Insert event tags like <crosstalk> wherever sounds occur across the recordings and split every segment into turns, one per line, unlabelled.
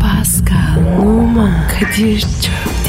Pascal, Oman, Kadir çok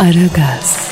Aragaz,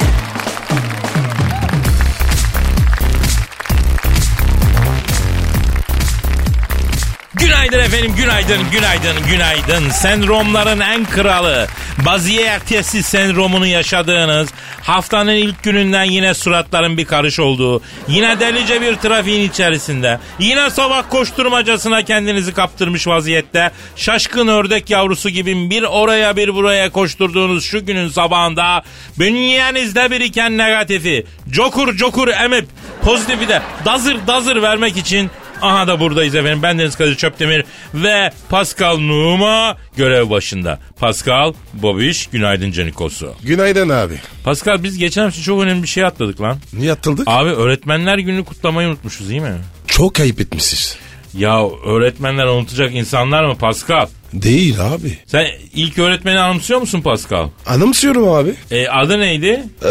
Günaydın efendim, günaydın, günaydın, günaydın. Sendromların en kralı, baziye ertesi sendromunu yaşadığınız, haftanın ilk gününden yine suratların bir karış olduğu, yine delice bir trafiğin içerisinde, yine sabah koşturmacasına kendinizi kaptırmış vaziyette, şaşkın ördek yavrusu gibi bir oraya bir buraya koşturduğunuz şu günün sabahında, bünyenizde biriken negatifi, cokur cokur emip, pozitifi de dazır dazır vermek için Aha da buradayız efendim. Ben Deniz Kadir Çöptemir ve Pascal Numa görev başında. Pascal, Bobiş, günaydın Canikosu.
Günaydın abi.
Pascal biz geçen hafta çok önemli bir şey atladık lan.
Niye atıldık?
Abi öğretmenler gününü kutlamayı unutmuşuz değil mi?
Çok ayıp etmişiz.
Ya öğretmenler unutacak insanlar mı Pascal?
Değil abi.
Sen ilk öğretmeni anımsıyor musun Pascal?
Anımsıyorum abi.
E, adı neydi?
Ee,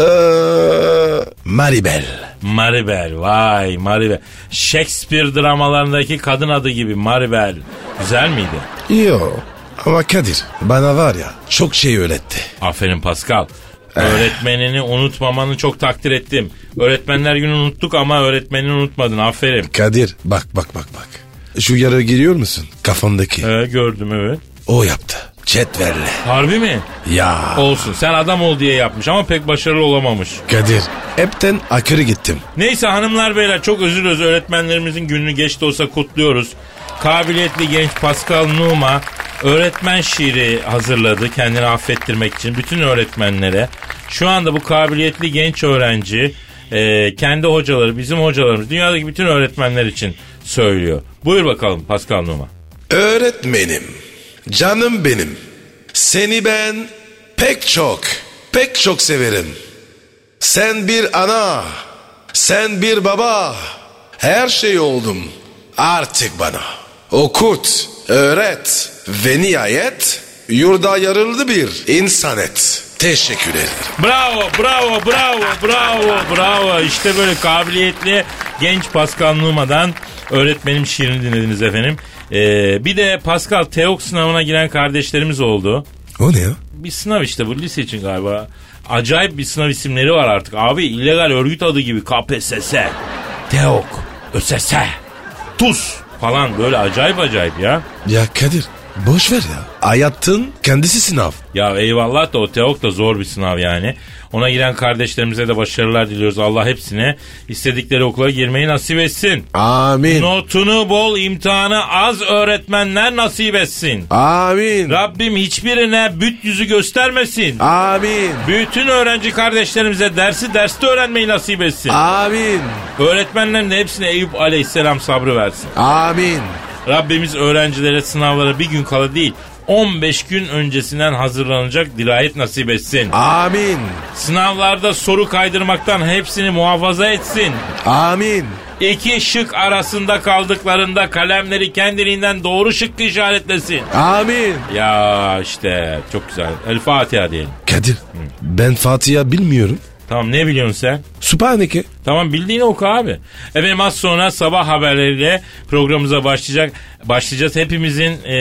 Maribel.
Maribel. Vay Maribel. Shakespeare dramalarındaki kadın adı gibi Maribel. Güzel miydi?
Yo. Ama Kadir bana var ya çok şey öğretti.
Aferin Pascal. Öğretmenini unutmamanı çok takdir ettim. Öğretmenler günü unuttuk ama öğretmenini unutmadın. Aferin.
Kadir bak bak bak bak. Şu yara giriyor musun? Kafandaki.
Ee, gördüm evet.
O yaptı. Cetverle.
Harbi mi?
Ya.
Olsun. Sen adam ol diye yapmış ama pek başarılı olamamış.
Kadir. Hepten akırı gittim.
Neyse hanımlar beyler çok özür dileriz. Öğretmenlerimizin gününü geç de olsa kutluyoruz. Kabiliyetli genç Pascal Numa öğretmen şiiri hazırladı kendini affettirmek için bütün öğretmenlere. Şu anda bu kabiliyetli genç öğrenci e, kendi hocaları, bizim hocalarımız, dünyadaki bütün öğretmenler için söylüyor. Buyur bakalım Pascal Numa.
Öğretmenim, canım benim. Seni ben pek çok, pek çok severim. Sen bir ana, sen bir baba. Her şey oldum artık bana. Okut, öğret ve nihayet yurda yarıldı bir insan et. Teşekkür ederim.
Bravo, bravo, bravo, bravo, bravo. İşte böyle kabiliyetli genç Pascal Numa'dan öğretmenim şiirini dinlediniz efendim. Ee, bir de Pascal Teok sınavına giren kardeşlerimiz oldu.
O ne ya?
Bir sınav işte bu lise için galiba. Acayip bir sınav isimleri var artık. Abi illegal örgüt adı gibi KPSS, Teok, ÖSS, TUS falan böyle acayip acayip ya.
Ya Kadir, boş ver ya. Hayatın kendisi sınav.
Ya eyvallah da o Teok da zor bir sınav yani. Ona giren kardeşlerimize de başarılar diliyoruz. Allah hepsine istedikleri okula girmeyi nasip etsin.
Amin.
Notunu bol, imtihanı az öğretmenler nasip etsin.
Amin.
Rabbim hiçbirine büt yüzü göstermesin.
Amin.
Bütün öğrenci kardeşlerimize dersi derste öğrenmeyi nasip etsin.
Amin.
Öğretmenlerin de hepsine Eyüp Aleyhisselam sabrı versin.
Amin.
Rabbimiz öğrencilere sınavlara bir gün kala değil 15 gün öncesinden hazırlanacak dirayet nasip etsin.
Amin.
Sınavlarda soru kaydırmaktan hepsini muhafaza etsin.
Amin.
İki şık arasında kaldıklarında kalemleri kendiliğinden doğru şıkkı işaretlesin.
Amin.
Ya işte çok güzel. El Fatiha diyelim.
Kadir ben Fatih'i bilmiyorum.
Tamam ne biliyorsun sen?
Sübhaneke.
Tamam bildiğini oku abi. Efendim az sonra sabah haberleriyle programımıza başlayacak. Başlayacağız. Hepimizin, e,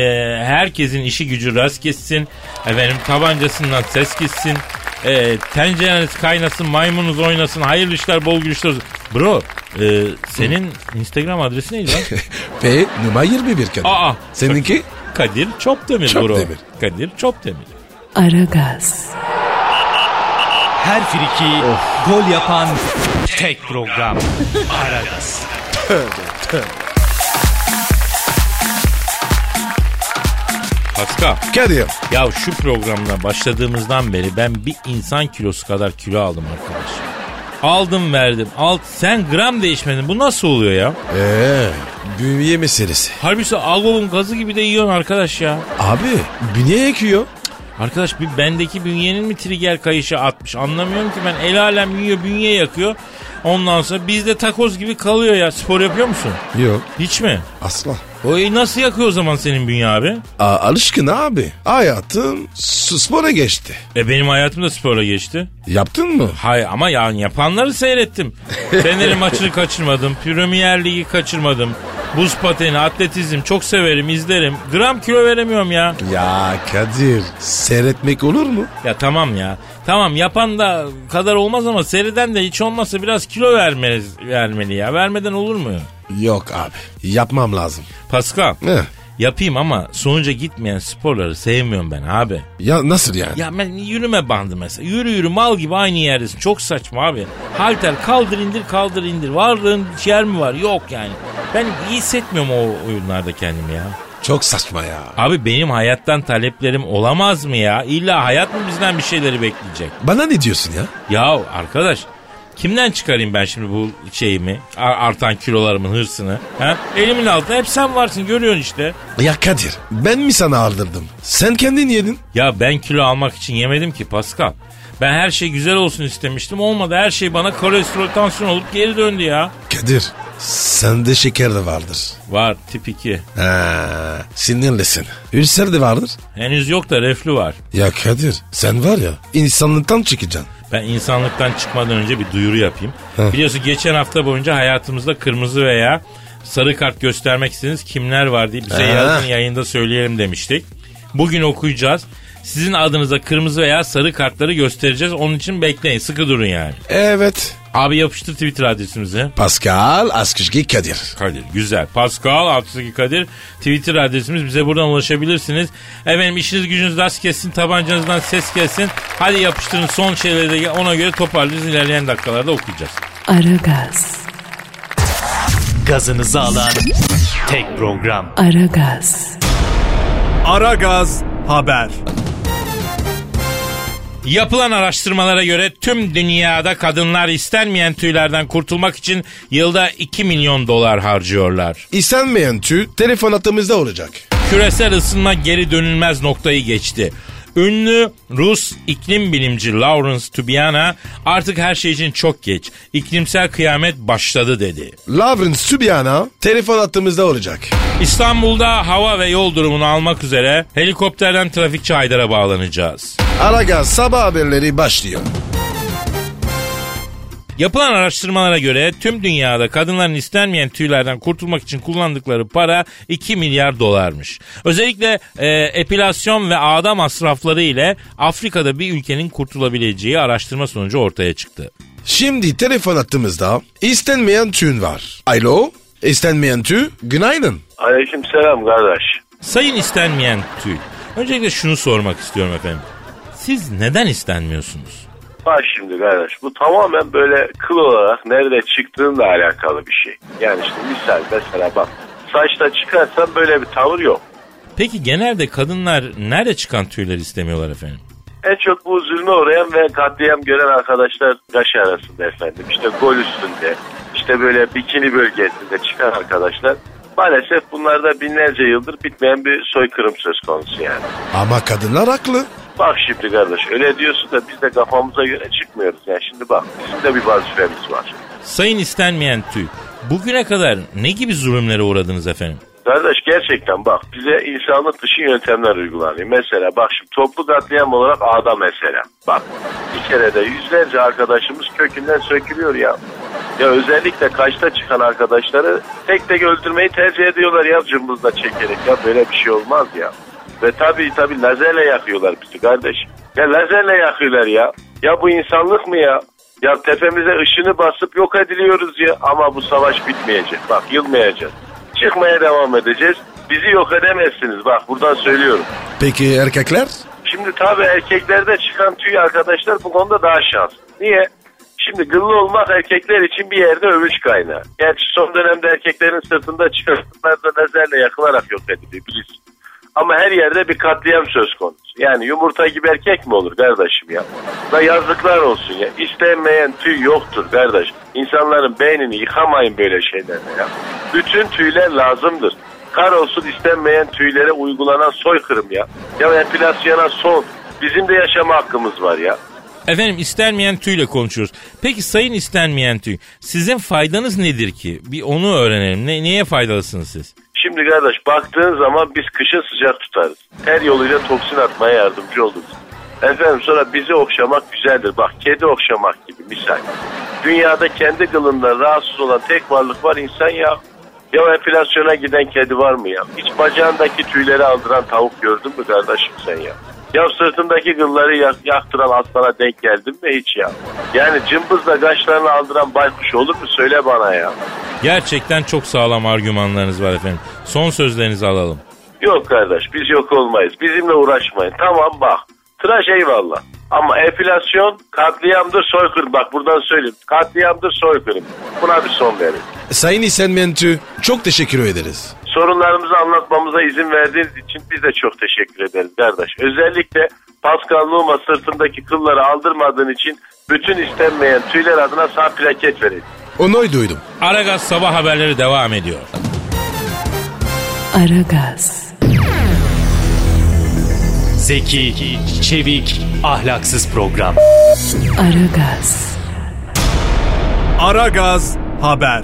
herkesin işi gücü rast gitsin. Efendim tabancasından ses gitsin. E, tencereniz kaynasın, maymununuz oynasın. Hayırlı işler, bol gülüşler olsun. Bro, e, senin Instagram adresi neydi
<laughs>
lan?
<laughs> Ve numara 21 Kadir.
Aa.
Seninki?
Kadir Çopdemir
Çopdemir.
bro. Kadir Çopdemir.
Aragaz,
Her friki gol yapan tek program. Aragaz.
Pascal.
Kadir.
Ya şu programla başladığımızdan beri ben bir insan kilosu kadar kilo aldım arkadaş. Aldım verdim. Al, sen gram değişmedin. Bu nasıl oluyor ya?
Ee, Bünye meselesi.
Halbuki Agob'un gazı gibi de yiyorsun arkadaş ya.
Abi bünye ekiyor.
Arkadaş bir bendeki bünyenin mi trigger kayışı atmış anlamıyorum ki ben el alem yiyor bünye yakıyor. Ondan sonra bizde takoz gibi kalıyor ya spor yapıyor musun?
Yok
Hiç mi?
asla.
O e, nasıl yakıyor o zaman senin bünye abi?
A- alışkın abi. Hayatım s- spora geçti.
E benim hayatım da sporla geçti.
Yaptın mı?
Hay ama yani yapanları seyrettim. Fener'in maçını kaçırmadım. Premier Ligi kaçırmadım. Buz pateni, atletizm çok severim, izlerim. Gram kilo veremiyorum ya.
Ya Kadir seyretmek olur mu?
Ya tamam ya. Tamam yapan da kadar olmaz ama seriden de hiç olmazsa biraz kilo vermeliz, vermeli ya. Vermeden olur mu?
Yok abi yapmam lazım.
Pascal.
Ne?
Yapayım ama sonuca gitmeyen sporları sevmiyorum ben abi.
Ya nasıl yani?
Ya ben yürüme bandı mesela. Yürü yürü mal gibi aynı yerdesin. Çok saçma abi. Halter kaldır indir kaldır indir. Varlığın yer mi var? Yok yani. Ben iyi hissetmiyorum o oyunlarda kendimi ya.
Çok saçma ya.
Abi benim hayattan taleplerim olamaz mı ya? İlla hayat mı bizden bir şeyleri bekleyecek?
Bana ne diyorsun ya?
Ya arkadaş kimden çıkarayım ben şimdi bu şeyimi? a- Artan kilolarımın hırsını. Ha? Elimin altında hep sen varsın görüyorsun işte.
Ya Kadir ben mi sana aldırdım? Sen kendin yedin.
Ya ben kilo almak için yemedim ki Pascal. Ben her şey güzel olsun istemiştim. Olmadı her şey bana kolesterol tansiyon olup geri döndü ya.
Kadir sende şeker de vardır.
Var tip 2.
Ha, sinirlisin. Ülser de vardır.
Henüz yok da reflü var.
Ya Kadir sen var ya insanlıktan çıkacaksın.
Ben insanlıktan çıkmadan önce bir duyuru yapayım.
Heh.
Biliyorsun geçen hafta boyunca hayatımızda kırmızı veya sarı kart göstermek istediğiniz kimler var diye bize
Heh.
yazın yayında söyleyelim demiştik. Bugün okuyacağız. Sizin adınıza kırmızı veya sarı kartları göstereceğiz. Onun için bekleyin sıkı durun yani.
Evet.
Abi yapıştır Twitter adresimizi.
Pascal Askışki Kadir.
Kadir. Güzel. Pascal Altçıki Kadir. Twitter adresimiz. Bize buradan ulaşabilirsiniz. Efendim işiniz gücünüz rast kessin. Tabancanızdan ses gelsin. Hadi yapıştırın son şeyleri de ona göre toparlayacağız. İlerleyen dakikalarda okuyacağız.
Aragaz,
Gazınızı alan tek program.
Aragaz,
Ara Gaz Haber.
Yapılan araştırmalara göre tüm dünyada kadınlar istenmeyen tüylerden kurtulmak için yılda 2 milyon dolar harcıyorlar.
İstenmeyen tüy telefon hattımızda olacak.
Küresel ısınma geri dönülmez noktayı geçti. Ünlü Rus iklim bilimci Lawrence Tubiana artık her şey için çok geç. İklimsel kıyamet başladı dedi.
Lavrin Sübiana telefon hattımızda olacak.
İstanbul'da hava ve yol durumunu almak üzere helikopterden trafikçi Haydar'a bağlanacağız.
Aragaz sabah haberleri başlıyor.
Yapılan araştırmalara göre tüm dünyada kadınların istenmeyen tüylerden kurtulmak için kullandıkları para 2 milyar dolarmış. Özellikle e, epilasyon ve ağda masrafları ile Afrika'da bir ülkenin kurtulabileceği araştırma sonucu ortaya çıktı.
Şimdi telefon hattımızda istenmeyen tüyün var. Alo istenmeyen tüy günaydın.
Aleyküm selam kardeş.
Sayın istenmeyen tüy. Öncelikle şunu sormak istiyorum efendim. Siz neden istenmiyorsunuz?
Bak şimdi kardeş bu tamamen böyle kıl olarak nerede çıktığınla alakalı bir şey. Yani işte misal mesela bak saçta çıkarsan böyle bir tavır yok.
Peki genelde kadınlar nerede çıkan tüyleri istemiyorlar efendim?
En çok bu zulme uğrayan ve katliam gören arkadaşlar kaş arasında efendim. İşte gol üstünde, işte böyle bikini bölgesinde çıkan arkadaşlar. Maalesef bunlarda binlerce yıldır bitmeyen bir soykırım söz konusu yani.
Ama kadınlar haklı.
Bak şimdi kardeş öyle diyorsun da biz de kafamıza göre çıkmıyoruz. Yani şimdi bak bizim de bir vazifemiz var.
Sayın istenmeyen tüy. Bugüne kadar ne gibi zulümlere uğradınız efendim?
Kardeş gerçekten bak bize insanlık dışı yöntemler uygulanıyor. Mesela bak şimdi toplu katliam olarak ağda mesela. Bak bir kere de yüzlerce arkadaşımız kökünden sökülüyor ya. Ya özellikle kaçta çıkan arkadaşları tek tek öldürmeyi tercih ediyorlar ya cımbızla çekerek. Ya böyle bir şey olmaz ya. Ve tabii tabii lazerle yakıyorlar bizi kardeş. Ya lazerle yakıyorlar ya. Ya bu insanlık mı ya? Ya tepemize ışını basıp yok ediliyoruz ya. Ama bu savaş bitmeyecek. Bak yılmayacağız. Çıkmaya devam edeceğiz. Bizi yok edemezsiniz. Bak buradan söylüyorum.
Peki erkekler?
Şimdi tabii erkeklerde çıkan tüy arkadaşlar bu konuda daha şans. Niye? Şimdi gıllı olmak erkekler için bir yerde övünç kaynağı. Gerçi son dönemde erkeklerin sırtında çıkanlar da lazerle yakılarak yok ediliyor bilirsin. Ama her yerde bir katliam söz konusu. Yani yumurta gibi erkek mi olur kardeşim ya? Da yazıklar olsun ya. İstenmeyen tüy yoktur kardeş. İnsanların beynini yıkamayın böyle şeylerle ya. Bütün tüyler lazımdır. Kar olsun istenmeyen tüylere uygulanan soykırım ya. Ya enflasyona son. Bizim de yaşama hakkımız var ya.
Efendim istenmeyen tüyle konuşuyoruz. Peki sayın istenmeyen tüy sizin faydanız nedir ki? Bir onu öğrenelim. Ne, neye faydalısınız siz?
Şimdi kardeş baktığın zaman biz kışın sıcak tutarız. Her yoluyla toksin atmaya yardımcı oluruz. Efendim sonra bizi okşamak güzeldir. Bak kedi okşamak gibi misal. Dünyada kendi kılından rahatsız olan tek varlık var insan ya. Ya enflasyona giden kedi var mı ya? Hiç bacağındaki tüyleri aldıran tavuk gördün mü kardeşim sen ya? Ya sırtındaki kılları yak- yaktıran aslana denk geldin mi hiç ya? Yani cımbızla kaşlarını aldıran baykuş olur mu söyle bana ya.
Gerçekten çok sağlam argümanlarınız var efendim. Son sözlerinizi alalım.
Yok kardeş biz yok olmayız. Bizimle uğraşmayın. Tamam bak. Tıraş eyvallah. Ama enflasyon katliamdır soykırım. Bak buradan söyleyeyim. Katliamdır soykırım. Buna bir son verin.
Sayın İstenmeyen Tüy çok teşekkür ederiz.
Sorunlarımızı anlatmamıza izin verdiğiniz için biz de çok teşekkür ederiz kardeş. Özellikle Pascal Numa sırtındaki kılları aldırmadığın için bütün istenmeyen tüyler adına sağ plaket verin.
Onu duydum.
Aragaz sabah haberleri devam ediyor.
Aragaz,
Zeki, çevik, ahlaksız program.
Aragaz,
Aragaz haber.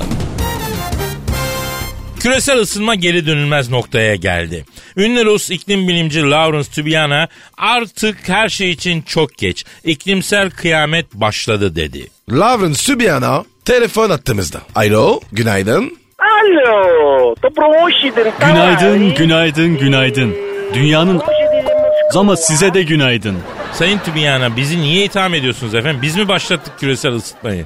Küresel ısınma geri dönülmez noktaya geldi. Ünlü Rus iklim bilimci Lawrence Tubiana artık her şey için çok geç. İklimsel kıyamet başladı dedi.
Lawrence Sübiyan'a telefon attığımızda. Alo, günaydın.
Алло, доброго hoşgeldin.
Günaydın, günaydın, günaydın. Dünyanın ama size de günaydın.
Sayın Tübiyana bizi niye itham ediyorsunuz efendim? Biz mi başlattık küresel ısıtmayı?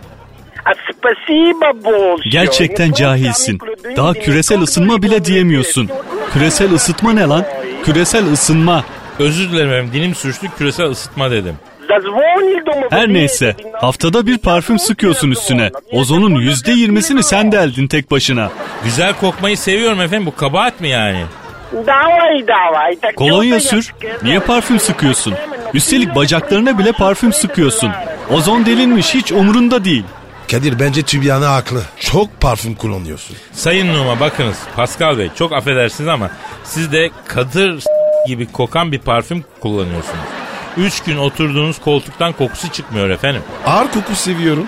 Gerçekten cahilsin. Daha küresel ısınma bile diyemiyorsun. Küresel ısıtma ne lan? Küresel ısınma.
Özür dilerim efendim dilim sürçtü küresel ısıtma dedim.
Her neyse haftada bir parfüm sıkıyorsun üstüne. Ozonun yüzde yirmisini sen deldin tek başına.
Güzel kokmayı seviyorum efendim bu kabahat mi yani?
Kolonya sür. Niye parfüm sıkıyorsun? Üstelik bacaklarına bile parfüm sıkıyorsun. Ozon delinmiş hiç umurunda değil.
Kadir bence Sübiyan'a haklı. Çok parfüm kullanıyorsun.
Sayın Numa bakınız Pascal Bey çok affedersiniz ama siz de kadır s- gibi kokan bir parfüm kullanıyorsunuz. Üç gün oturduğunuz koltuktan kokusu çıkmıyor efendim.
Ağır koku seviyorum.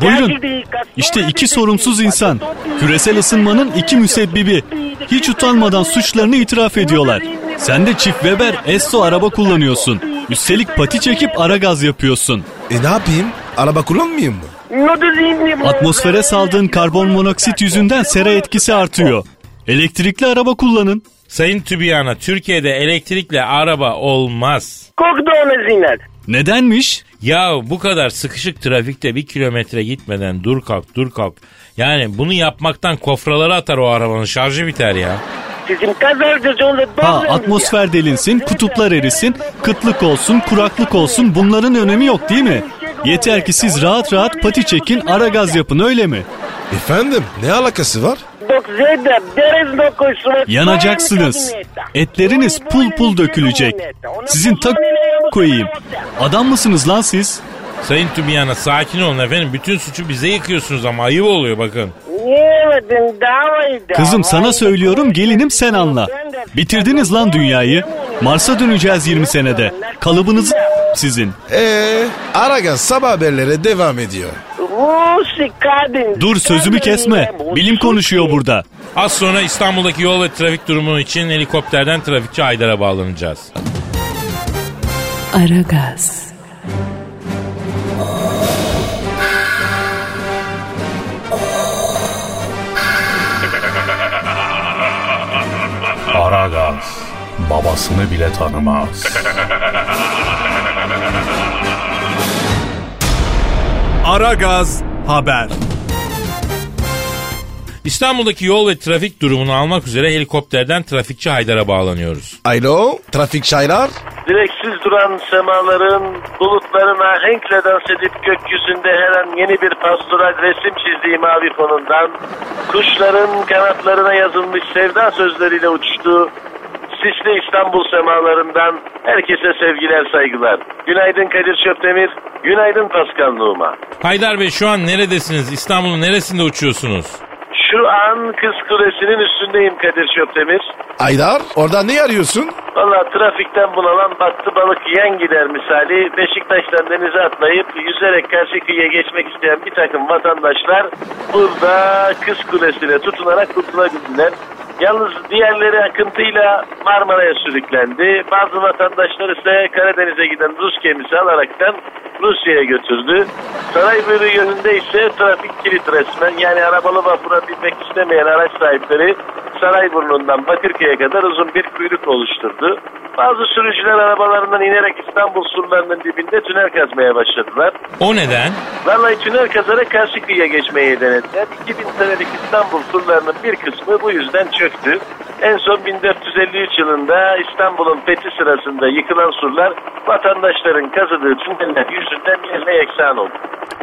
Buyurun. İşte iki sorumsuz insan. Küresel ısınmanın iki müsebbibi. Hiç utanmadan suçlarını itiraf ediyorlar. Sen de çift Weber Esso araba kullanıyorsun. Üstelik pati çekip ara gaz yapıyorsun.
E ne yapayım? Araba kullanmayayım mı?
Atmosfere saldığın karbon monoksit yüzünden sera etkisi artıyor. Elektrikli araba kullanın.
Sayın Tübiyana Türkiye'de elektrikle araba olmaz.
Nedenmiş?
Ya bu kadar sıkışık trafikte bir kilometre gitmeden dur kalk dur kalk. Yani bunu yapmaktan kofraları atar o arabanın şarjı biter ya.
Ha atmosfer delinsin, kutuplar erisin, kıtlık olsun, kuraklık olsun bunların önemi yok değil mi? Yeter ki siz rahat rahat pati çekin, ara gaz yapın öyle mi?
Efendim ne alakası var?
Yanacaksınız. Etleriniz pul pul dökülecek. Sizin tak koyayım. Adam mısınız lan siz?
Sayın Tübiyana sakin olun efendim. Bütün suçu bize yıkıyorsunuz ama ayıp oluyor bakın.
Kızım sana söylüyorum gelinim sen anla. Bitirdiniz lan dünyayı. Mars'a döneceğiz 20 senede. Kalıbınız sizin.
Eee Aragaz E, sabah haberlere devam ediyor.
Dur sözümü kesme. Bilim konuşuyor burada.
Az sonra İstanbul'daki yol ve trafik durumu için helikopterden trafikçi Aydar'a bağlanacağız.
Aragaz,
Aragaz babasını bile tanımaz.
Aragaz haber.
İstanbul'daki yol ve trafik durumunu almak üzere helikopterden trafikçi Haydar'a bağlanıyoruz.
Alo trafik çaylar.
Direksiz duran semaların, bulutların ahenkle dans edip gökyüzünde her an yeni bir pastoral resim çizdiği mavi fonundan, kuşların kanatlarına yazılmış sevda sözleriyle uçtu. Sisli İstanbul semalarından herkese sevgiler saygılar. Günaydın Kadir Çöptemir, günaydın Pascal Numa.
Haydar Bey şu an neredesiniz? İstanbul'un neresinde uçuyorsunuz?
Şu an Kız Kulesi'nin üstündeyim Kadir Çöptemir.
Aydar orada ne arıyorsun?
Valla trafikten bunalan battı balık yiyen gider misali Beşiktaş'tan denize atlayıp yüzerek karşı kıyıya geçmek isteyen bir takım vatandaşlar burada kız kulesine tutunarak kurtulabildiler. Yalnız diğerleri akıntıyla Marmara'ya sürüklendi. Bazı vatandaşlar ise Karadeniz'e giden Rus gemisi alaraktan Rusya'ya götürdü. Sarayburnu yönünde ise trafik kilit resmen. Yani arabalı vapura binmek istemeyen araç sahipleri Sarayburnu'ndan Bakırköy'e kadar uzun bir kuyruk oluşturdu. Bazı sürücüler arabalarından inerek İstanbul surlarının dibinde tünel kazmaya başladılar.
O neden?
Vallahi tünel kazarak karşı kıyıya geçmeyi denediler. 2000 senelik İstanbul surlarının bir kısmı bu yüzden çöktü. En son 1453 yılında İstanbul'un fethi sırasında yıkılan surlar vatandaşların kazıdığı tüneller yüzünden yerle yeksan oldu.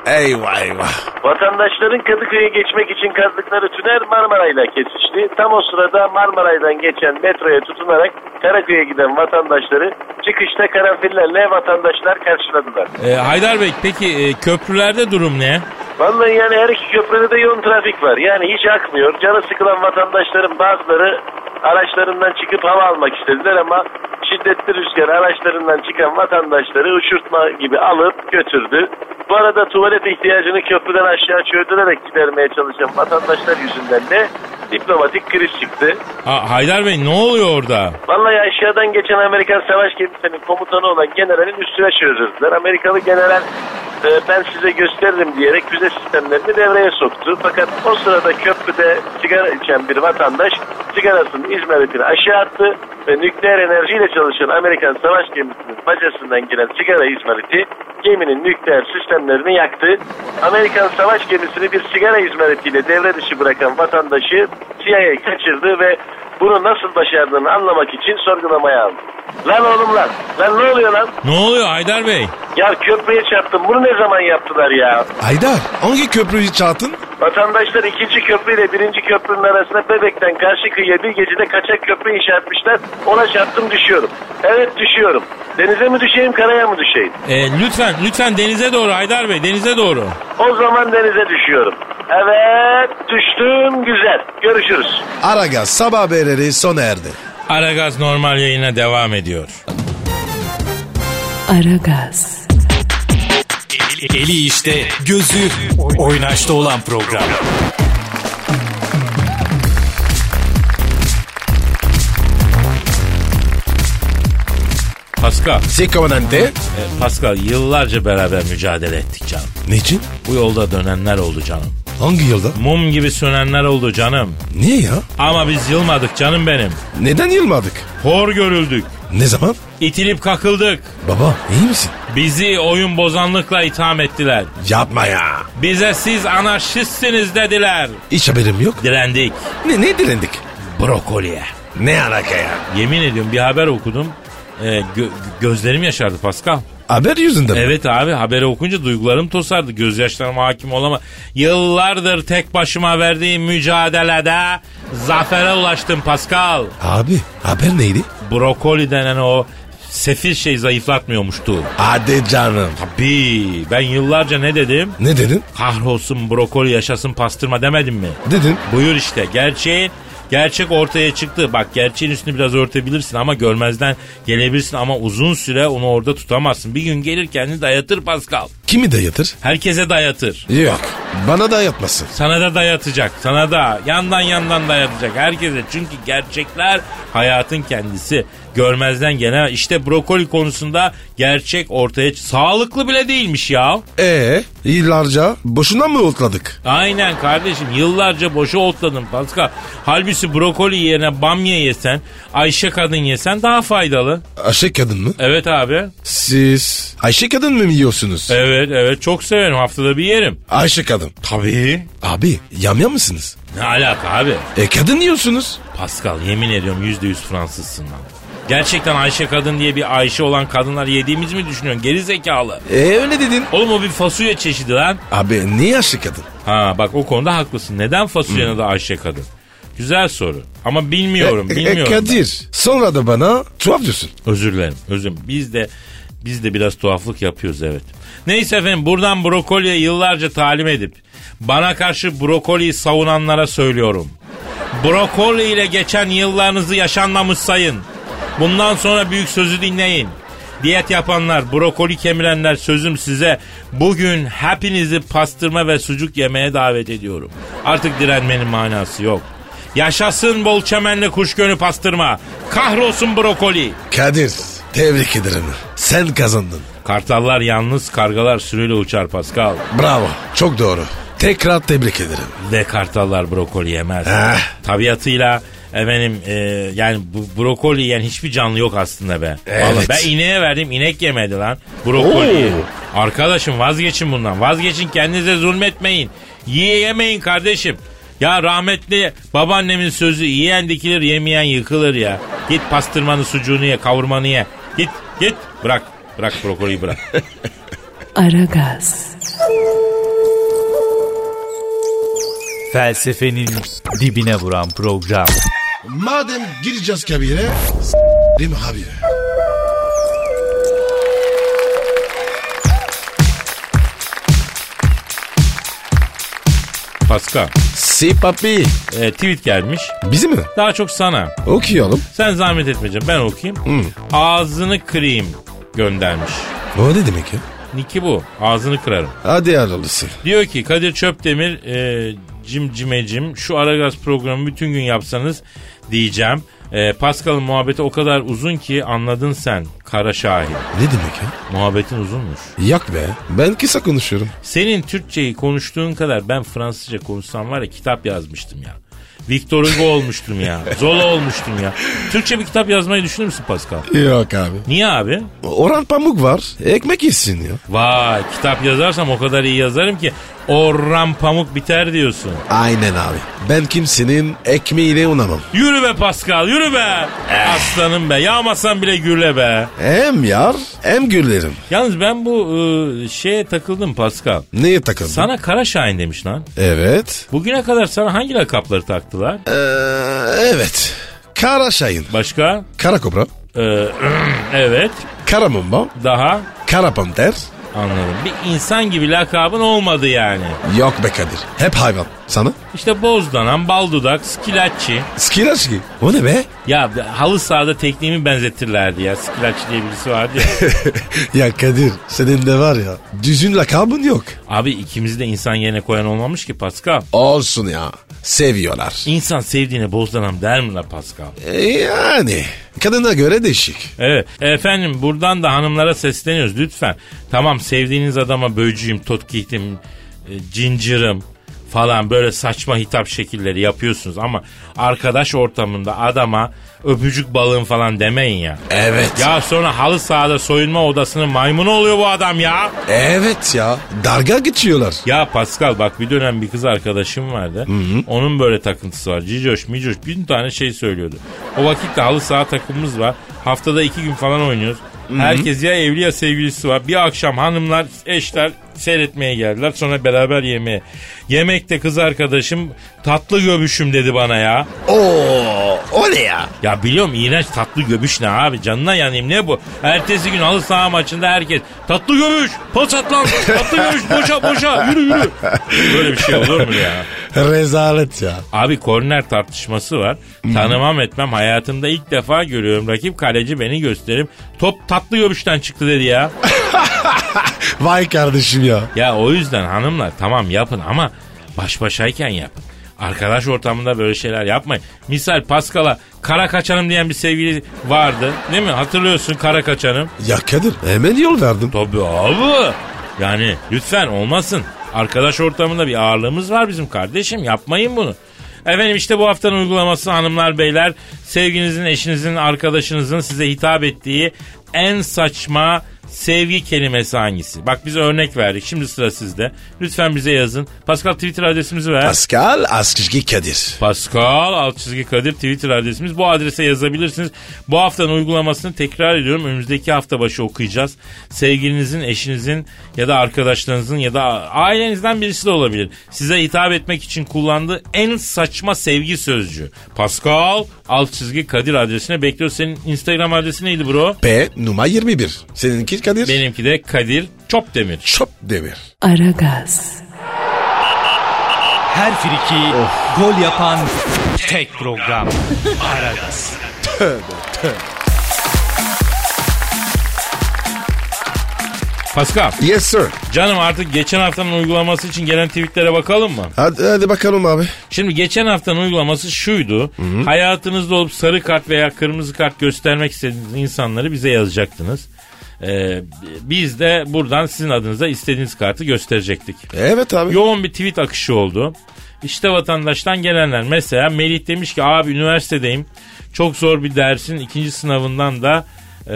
Eyvah eyvah.
Vatandaşların Kadıköy'e geçmek için kazdıkları tünel Marmaray'la kesişti. Tam o sırada Marmaray'dan geçen metroya tutunarak Karaköy'e giden vatandaşları çıkışta karanfillerle vatandaşlar karşıladılar.
Ee, Haydar Bey peki e, köprülerde durum ne?
Vallahi yani her iki köprüde de yoğun trafik var. Yani hiç akmıyor. Canı sıkılan vatandaşların bazıları araçlarından çıkıp hava almak istediler ama şiddetli rüzgar araçlarından çıkan vatandaşları uçurtma gibi alıp götürdü. Bu arada tuvalet ihtiyacını köprüden aşağı çöldürerek gidermeye çalışan vatandaşlar yüzünden de diplomatik kriz çıktı.
Ha, Haydar Bey ne oluyor orada?
Vallahi aşağıdan geçen Amerikan savaş gemisinin komutanı olan generalin üstüne çözüldüler. Amerikalı general e, ben size gösteririm diyerek füze sistemlerini devreye soktu. Fakat o sırada köprüde sigara içen bir vatandaş sigarasının izmaritini aşağı attı ve nükleer enerjiyle çalışan Amerikan savaş gemisinin bacasından giren sigara izmariti geminin nükleer sistemlerini yaktı. Amerikan savaş gemisini bir sigara izmaritiyle devre dışı bırakan vatandaşı CIA kaçırdı ve bunu nasıl başardığını anlamak için sorgulamaya aldım. Lan oğlum lan. Lan ne oluyor lan?
Ne oluyor Haydar Bey?
Ya köprüye çarptım. Bunu ne zaman yaptılar ya?
Aydar hangi köprüyü çarptın?
Vatandaşlar ikinci köprü ile birinci köprünün arasında bebekten karşı kıyıya bir gecede kaçak köprü inşa etmişler. Ona çarptım düşüyorum. Evet düşüyorum. Denize mi düşeyim karaya mı düşeyim?
Ee, lütfen lütfen denize doğru Haydar Bey denize doğru.
O zaman denize düşüyorum. Evet düştüm güzel. Görüşürüz.
Aragaz sabah haberleri sona erdi.
Aragaz normal yayına devam ediyor.
Aragaz,
Eli işte, gözü oynaşta olan program.
Pascal,
Sekomandante.
e, Pascal yıllarca beraber mücadele ettik canım.
Niçin?
Bu yolda dönenler oldu canım.
Hangi yılda?
Mum gibi sönenler oldu canım.
Niye ya?
Ama biz yılmadık canım benim.
Neden yılmadık?
Hor görüldük.
Ne zaman?
İtilip kakıldık.
Baba iyi misin?
Bizi oyun bozanlıkla itham ettiler.
Yapma ya.
Bize siz anarşistsiniz dediler.
Hiç haberim yok.
Direndik.
Ne, ne dilendik?
Brokoliye.
Ne alaka ya?
Yemin ediyorum bir haber okudum. Ee, gö- gözlerim yaşardı Pascal.
Haber yüzünden mi?
Evet abi haberi okunca duygularım tosardı. Gözyaşlarıma hakim olama. Yıllardır tek başıma verdiğim mücadelede zafere ulaştım Pascal.
Abi haber neydi?
Brokoli denen o sefil şey zayıflatmıyormuştu.
Hadi canım.
Tabii ben yıllarca ne dedim?
Ne dedin?
Kahrolsun brokoli yaşasın pastırma demedim mi?
Dedin.
Buyur işte gerçeğin Gerçek ortaya çıktı. Bak gerçeğin üstünü biraz örtebilirsin ama görmezden gelebilirsin ama uzun süre onu orada tutamazsın. Bir gün gelir kendini dayatır Pascal.
Kimi dayatır?
Herkese dayatır.
Yok. Bana da yapmasın.
Sana da dayatacak. Sana da yandan yandan dayatacak. Herkese. Çünkü gerçekler hayatın kendisi. Görmezden gelen. İşte brokoli konusunda gerçek ortaya çı- Sağlıklı bile değilmiş ya.
Ee, yıllarca boşuna mı otladık?
Aynen kardeşim yıllarca boşa otladın Pascal. Halbuki brokoli yerine bamya yesen, Ayşe kadın yesen daha faydalı.
Ayşe kadın mı?
Evet abi.
Siz Ayşe kadın mı yiyorsunuz?
Evet. Evet evet çok severim haftada bir yerim.
Ayşe kadın.
Tabii.
Abi yamyam mısınız?
Ne alaka abi?
E kadın diyorsunuz.
Pascal yemin ediyorum yüzde yüz Fransızsın lan. Gerçekten Ayşe kadın diye bir Ayşe olan kadınlar yediğimiz mi düşünüyorsun? Geri zekalı.
E öyle dedin.
Oğlum o bir fasulye çeşidi lan.
Abi niye Ayşe <laughs> kadın?
Ha bak o konuda haklısın. Neden fasulyenin adı Ayşe kadın? Güzel soru. Ama bilmiyorum,
E, e,
bilmiyorum. ben.
Kadir sonra da bana tuhaf diyorsun.
Özür dilerim. Özür dilerim. Biz de biz de biraz tuhaflık yapıyoruz evet. Neyse efendim buradan brokoliye yıllarca talim edip bana karşı brokoliyi savunanlara söylüyorum. Brokoli ile geçen yıllarınızı yaşanmamış sayın. Bundan sonra büyük sözü dinleyin. Diyet yapanlar, brokoli kemirenler sözüm size bugün hepinizi pastırma ve sucuk yemeye davet ediyorum. Artık direnmenin manası yok. Yaşasın bol çemenli kuş gönü pastırma. Kahrolsun brokoli.
Kadir tebrik ederim. Sen kazandın.
Kartallar yalnız kargalar sürüyle uçar Pascal.
Bravo. Çok doğru. Tekrar tebrik ederim.
Ve kartallar brokoli yemez.
Eh.
Tabiatıyla efendim e, yani bu brokoli yiyen hiçbir canlı yok aslında be. Vallahi ben ineğe verdim inek yemedi lan brokoliyi. Arkadaşım vazgeçin bundan vazgeçin kendinize zulmetmeyin. Yiyemeyin kardeşim. Ya rahmetli babaannemin sözü yiyen dikilir yemeyen yıkılır ya. Git pastırmanı sucuğunu ye kavurmanı ye. Git git bırak bırak brokoliyi bırak.
Aragaz,
Felsefenin dibine vuran program.
Madem gireceğiz kabire s**rim abi.
Pascal
Si papi.
e, tweet gelmiş.
Bizi mi?
Daha çok sana.
Okuyalım.
Sen zahmet etmeyeceğim. Ben okuyayım. Ağzını kırayım göndermiş.
O ne demek ya?
Niki bu. Ağzını kırarım.
Hadi aralısı.
Diyor ki Kadir Çöpdemir e, cimcimecim şu Aragaz programı bütün gün yapsanız diyeceğim. E, Pascal'ın muhabbeti o kadar uzun ki anladın sen kara şahin.
Ne demek ya?
Muhabbetin uzunmuş.
Yak be. Ben kısa konuşuyorum.
Senin Türkçeyi konuştuğun kadar ben Fransızca konuşsam var ya kitap yazmıştım ya. Victor Hugo olmuştum ya. Zola olmuştum ya. Türkçe bir kitap yazmayı düşünür müsün Pascal?
Yok abi.
Niye abi?
Orhan Pamuk var. Ekmek yesin ya.
Vay kitap yazarsam o kadar iyi yazarım ki Orhan Pamuk biter diyorsun.
Aynen abi. Ben kimsenin ekmeğiyle unamam.
Yürü be Pascal yürü be. Aslanım be yağmasan bile güle be.
Hem yar hem güllerim.
Yalnız ben bu e, şeye takıldım Pascal.
Neye takıldın?
Sana Kara Şahin demiş lan.
Evet.
Bugüne kadar sana hangi lakapları taktılar?
Ee, evet. Kara Şahin.
Başka?
Kara Kobra.
E, <clears throat> evet.
Kara Mumba.
Daha
Kara Panter.
anladım. Bir insan gibi lakabın olmadı yani.
Yok be Kadir. Hep hayvan. Sana?
İşte bozdanan, baldudak, skilatçı.
Skiraçki. O ne be?
Ya halı sahada tekniğimi benzetirlerdi ya. Skilatçı diye birisi vardı
<laughs>
ya.
ya Kadir senin de var ya düzün lakabın yok.
Abi ikimizi de insan yerine koyan olmamış ki Pascal.
Olsun ya. Seviyorlar.
İnsan sevdiğine bozdanam der mi la Pascal?
E, yani kadına göre değişik.
Evet. Efendim buradan da hanımlara sesleniyoruz lütfen. Tamam sevdiğiniz adama böcüğüm, totkihtim, e, cincirim falan böyle saçma hitap şekilleri yapıyorsunuz ama arkadaş ortamında adama öpücük balığım falan demeyin ya.
Evet.
Ya sonra halı sahada soyunma odasının maymunu oluyor bu adam ya.
Evet ya. Darga geçiyorlar.
Ya Pascal bak bir dönem bir kız arkadaşım vardı. Onun böyle takıntısı var. Cicoş, micoş bin tane şey söylüyordu. O vakitte halı saha takımımız var. Haftada iki gün falan oynuyoruz. Herkes ya evli ya sevgilisi var. Bir akşam hanımlar, eşler seyretmeye geldiler. Sonra beraber yemeğe. Yemekte kız arkadaşım tatlı göbüşüm dedi bana ya.
Oo, o ne ya?
Ya biliyorum iğrenç tatlı göbüş ne abi canına yanayım ne bu? Ertesi gün halı saha maçında herkes tatlı göbüş pas at lan tatlı göbüş boşa boşa yürü yürü. Böyle bir şey olur mu ya?
Rezalet ya.
Abi korner tartışması var. Tanımam etmem hayatımda ilk defa görüyorum. Rakip kaleci beni gösterip top tatlı göbüşten çıktı dedi ya.
Vay kardeşim ya.
Ya o yüzden hanımlar tamam yapın ama baş başayken yapın. Arkadaş ortamında böyle şeyler yapmayın. Misal Paskal'a kara kaçanım diyen bir sevgili vardı. Değil mi? Hatırlıyorsun kara kaçanım.
Ya Kadir hemen yol verdim.
Tabii abi. Yani lütfen olmasın. Arkadaş ortamında bir ağırlığımız var bizim kardeşim. Yapmayın bunu. Efendim işte bu haftanın uygulaması hanımlar beyler. Sevginizin, eşinizin, arkadaşınızın size hitap ettiği en saçma sevgi kelimesi hangisi? Bak biz örnek verdik. Şimdi sıra sizde. Lütfen bize yazın. Pascal Twitter adresimizi ver.
Pascal Askışki Kadir.
Pascal alt çizgi Kadir Twitter adresimiz. Bu adrese yazabilirsiniz. Bu haftanın uygulamasını tekrar ediyorum. Önümüzdeki hafta başı okuyacağız. Sevgilinizin, eşinizin ya da arkadaşlarınızın ya da ailenizden birisi de olabilir. Size hitap etmek için kullandığı en saçma sevgi sözcüğü. Pascal alt çizgi Kadir adresine bekliyoruz. Senin Instagram adresi neydi bro?
P numara 21. Seninki Kadir?
Benimki de Kadir Çopdemir.
Şop demir.
Aragaz,
Her friki
Oh.
gol yapan tek program. Aragaz.
Pascal
Yes sir.
canım artık geçen haftanın uygulaması için gelen tweetlere bakalım mı?
Hadi, hadi bakalım abi.
Şimdi geçen haftanın uygulaması şuydu. Hayatınızda olup sarı kart veya kırmızı kart göstermek istediğiniz insanları bize yazacaktınız. Ee, biz de buradan sizin adınıza istediğiniz kartı gösterecektik.
Evet abi.
Yoğun bir tweet akışı oldu. İşte vatandaştan gelenler. Mesela Melih demiş ki abi üniversitedeyim. Çok zor bir dersin ikinci sınavından da e,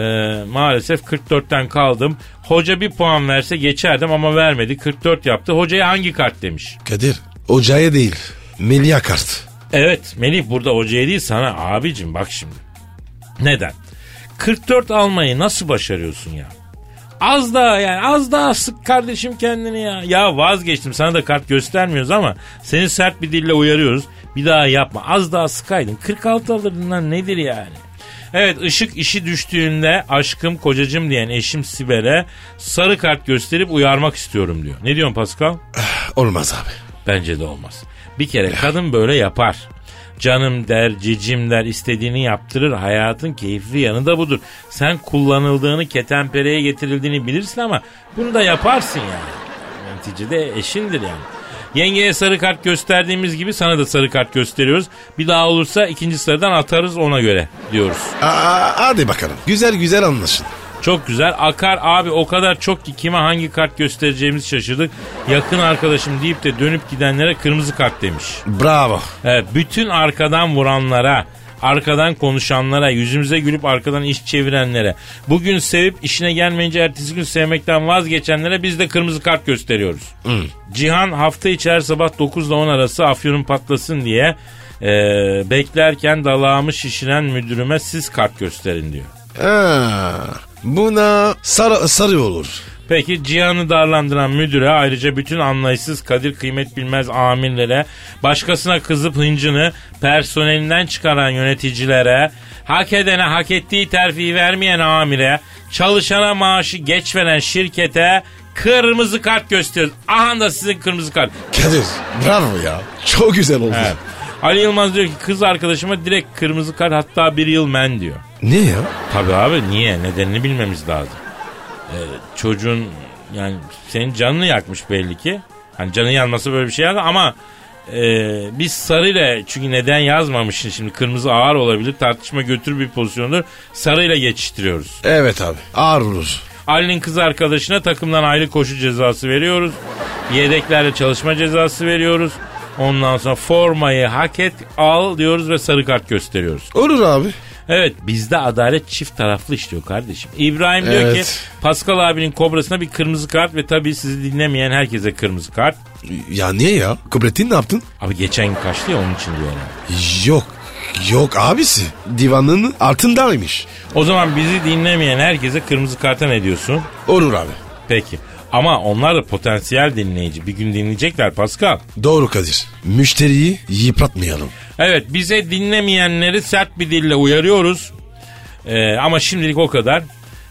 maalesef 44'ten kaldım. Hoca bir puan verse geçerdim ama vermedi. 44 yaptı. Hocaya hangi kart demiş.
Kadir. Ocağı değil. Milya kart.
Evet Melih burada hocaya değil sana abicim bak şimdi. Neden? 44 almayı nasıl başarıyorsun ya? Az daha yani az daha sık kardeşim kendini ya. Ya vazgeçtim sana da kart göstermiyoruz ama seni sert bir dille uyarıyoruz. Bir daha yapma az daha sıkaydın. 46 alırdın lan nedir yani? Evet ışık işi düştüğünde aşkım kocacım diyen eşim Sibel'e sarı kart gösterip uyarmak istiyorum diyor. Ne diyorsun Pascal?
Olmaz abi.
Bence de olmaz. Bir kere kadın böyle yapar. Canım der, cicim der, istediğini yaptırır. Hayatın keyifli yanı da budur. Sen kullanıldığını, ketenpereye getirildiğini bilirsin ama bunu da yaparsın yani. Neticede eşindir yani. Yengeye sarı kart gösterdiğimiz gibi sana da sarı kart gösteriyoruz. Bir daha olursa ikinci sıradan atarız ona göre diyoruz.
Aa, hadi bakalım. Güzel güzel anlaşın.
Çok güzel. Akar abi o kadar çok ki kime hangi kart göstereceğimizi şaşırdık. Yakın arkadaşım deyip de dönüp gidenlere kırmızı kart demiş.
Bravo.
Evet, Ee, bütün arkadan vuranlara, arkadan konuşanlara, yüzümüze gülüp arkadan iş çevirenlere, bugün sevip işine gelmeyince ertesi gün sevmekten vazgeçenlere biz de kırmızı kart gösteriyoruz. Cihan hafta içi her sabah 9 ile 10 arası afyonun patlasın diye e, beklerken dalağımı şişiren müdürüme siz kart gösterin diyor.
Ha, buna sarı, sarı olur.
Peki Cihan'ı darlandıran müdüre ayrıca bütün anlayışsız kadir kıymet bilmez amirlere, başkasına kızıp hıncını personelinden çıkaran yöneticilere, hak edene hak ettiği terfiyi vermeyen amire, çalışana maaşı geç veren şirkete kırmızı kart gösteriyoruz. Aha da sizin kırmızı kart.
Kadir bravo ya. Çok güzel oldu.
Evet. Ali Yılmaz diyor ki kız arkadaşıma direkt kırmızı kart hatta bir yıl men diyor.
Ne ya?
Tabii abi niye? Nedenini bilmemiz lazım. Ee, çocuğun yani senin canını yakmış belli ki. Hani canı yanması böyle bir şey yani ama e, biz sarıyla çünkü neden yazmamışsın şimdi kırmızı ağır olabilir tartışma götür bir pozisyondur sarıyla geçiştiriyoruz.
Evet abi ağır olur.
Ali'nin kız arkadaşına takımdan ayrı koşu cezası veriyoruz. Yedeklerle çalışma cezası veriyoruz. Ondan sonra formayı hak et al diyoruz ve sarı kart gösteriyoruz.
Olur abi.
Evet bizde adalet çift taraflı işliyor kardeşim. İbrahim diyor ki
Evet.
Pascal abinin kobrasına bir kırmızı kart ve tabii sizi dinlemeyen herkese kırmızı kart.
Ya niye ya? Kubrettin ne yaptın?
Abi geçen gün kaçtı ya onun için diyor. yani.
Yok. Yok abisi. Divanın altındaymış.
O zaman bizi dinlemeyen herkese kırmızı karta ne diyorsun?
Olur abi.
Peki. Ama onlar da potansiyel dinleyici. Bir gün dinleyecekler Pascal.
Doğru Kadir. Müşteriyi yıpratmayalım.
Evet bize dinlemeyenleri sert bir dille uyarıyoruz. Ee, ama şimdilik o kadar.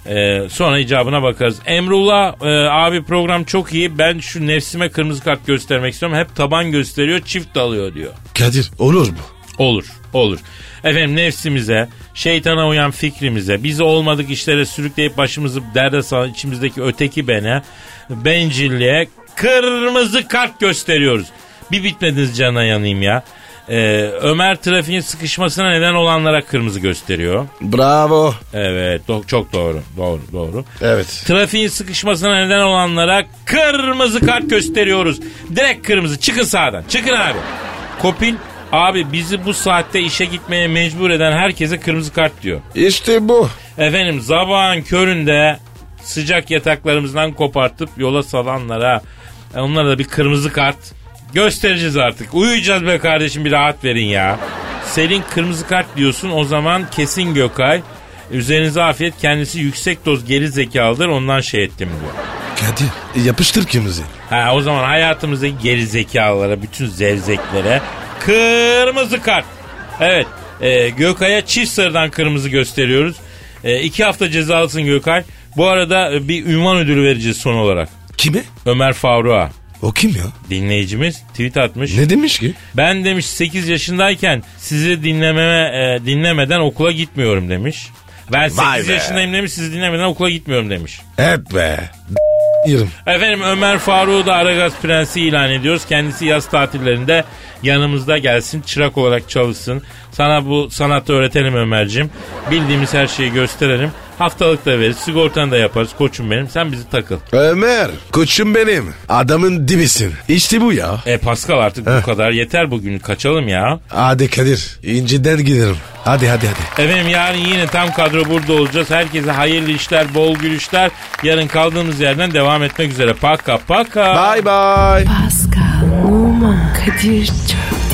Ee, sonra icabına bakarız. Emrullah e, abi program çok iyi. Ben şu nefsime kırmızı kart göstermek istiyorum. Hep taban gösteriyor çift alıyor diyor.
Kadir olur mu?
Olur olur. Efendim nefsimize, şeytana uyan fikrimize, bizi olmadık işlere sürükleyip başımızı derde salan içimizdeki öteki bene, bencilliğe kırmızı kart gösteriyoruz. Bir bitmediniz cana yanayım ya. Ee, Ömer trafiğin sıkışmasına neden olanlara kırmızı gösteriyor.
Bravo.
Evet do- çok doğru doğru doğru.
Evet.
Trafiğin sıkışmasına neden olanlara kırmızı kart gösteriyoruz. Direkt kırmızı. Çıkın sağdan. Çıkın abi. Kopil abi bizi bu saatte işe gitmeye mecbur eden herkese kırmızı kart diyor.
İşte bu.
Efendim sabahın köründe sıcak yataklarımızdan kopartıp yola salanlara e, onlara da bir kırmızı kart göstereceğiz artık. Uyuyacağız be kardeşim bir rahat verin ya. Selin kırmızı kart diyorsun o zaman kesin Gökay. Üzerinize afiyet kendisi yüksek doz geri zekalıdır ondan şey ettim diyor.
Kadir yapıştır kimizi.
Ha o zaman hayatımızdaki geri zekalara, bütün zevzeklere kırmızı kart. Evet, e, Gökay'a çift sarıdan kırmızı gösteriyoruz. E, iki hafta cezalısın Gökay. Bu arada e, bir ünvan ödülü vereceğiz son olarak.
Kimi?
Ömer Faruk'a
O kim ya?
dinleyicimiz tweet atmış.
Ne demiş ki?
Ben demiş 8 yaşındayken sizi dinlememe e, dinlemeden okula gitmiyorum demiş. Ben 8
Vay be.
yaşındayım demiş sizi dinlemeden okula gitmiyorum demiş.
Hep be. Yerim.
Efendim Ömer Faruk'u da Aragaz Prensi ilan ediyoruz. Kendisi yaz tatillerinde yanımızda gelsin, çırak olarak çalışsın. Sana bu sanatı öğretelim Ömer'cim. Bildiğimiz her şeyi gösterelim. Haftalık da veririz, sigortanı da yaparız koçum benim. Sen bizi takıl.
Ömer koçum benim. Adamın dibisin. İşte bu ya.
E Pascal artık bu kadar yeter bugün kaçalım ya.
Hadi Kadir inciden giderim. Hadi hadi hadi.
Efendim yarın yine tam kadro burada olacağız. Herkese hayırlı işler, bol gülüşler. Yarın kaldığımız yerden devam etmek üzere. Paka paka.
Bye bye.
Pascal, Oman, Kadir çok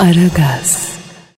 Aragaz.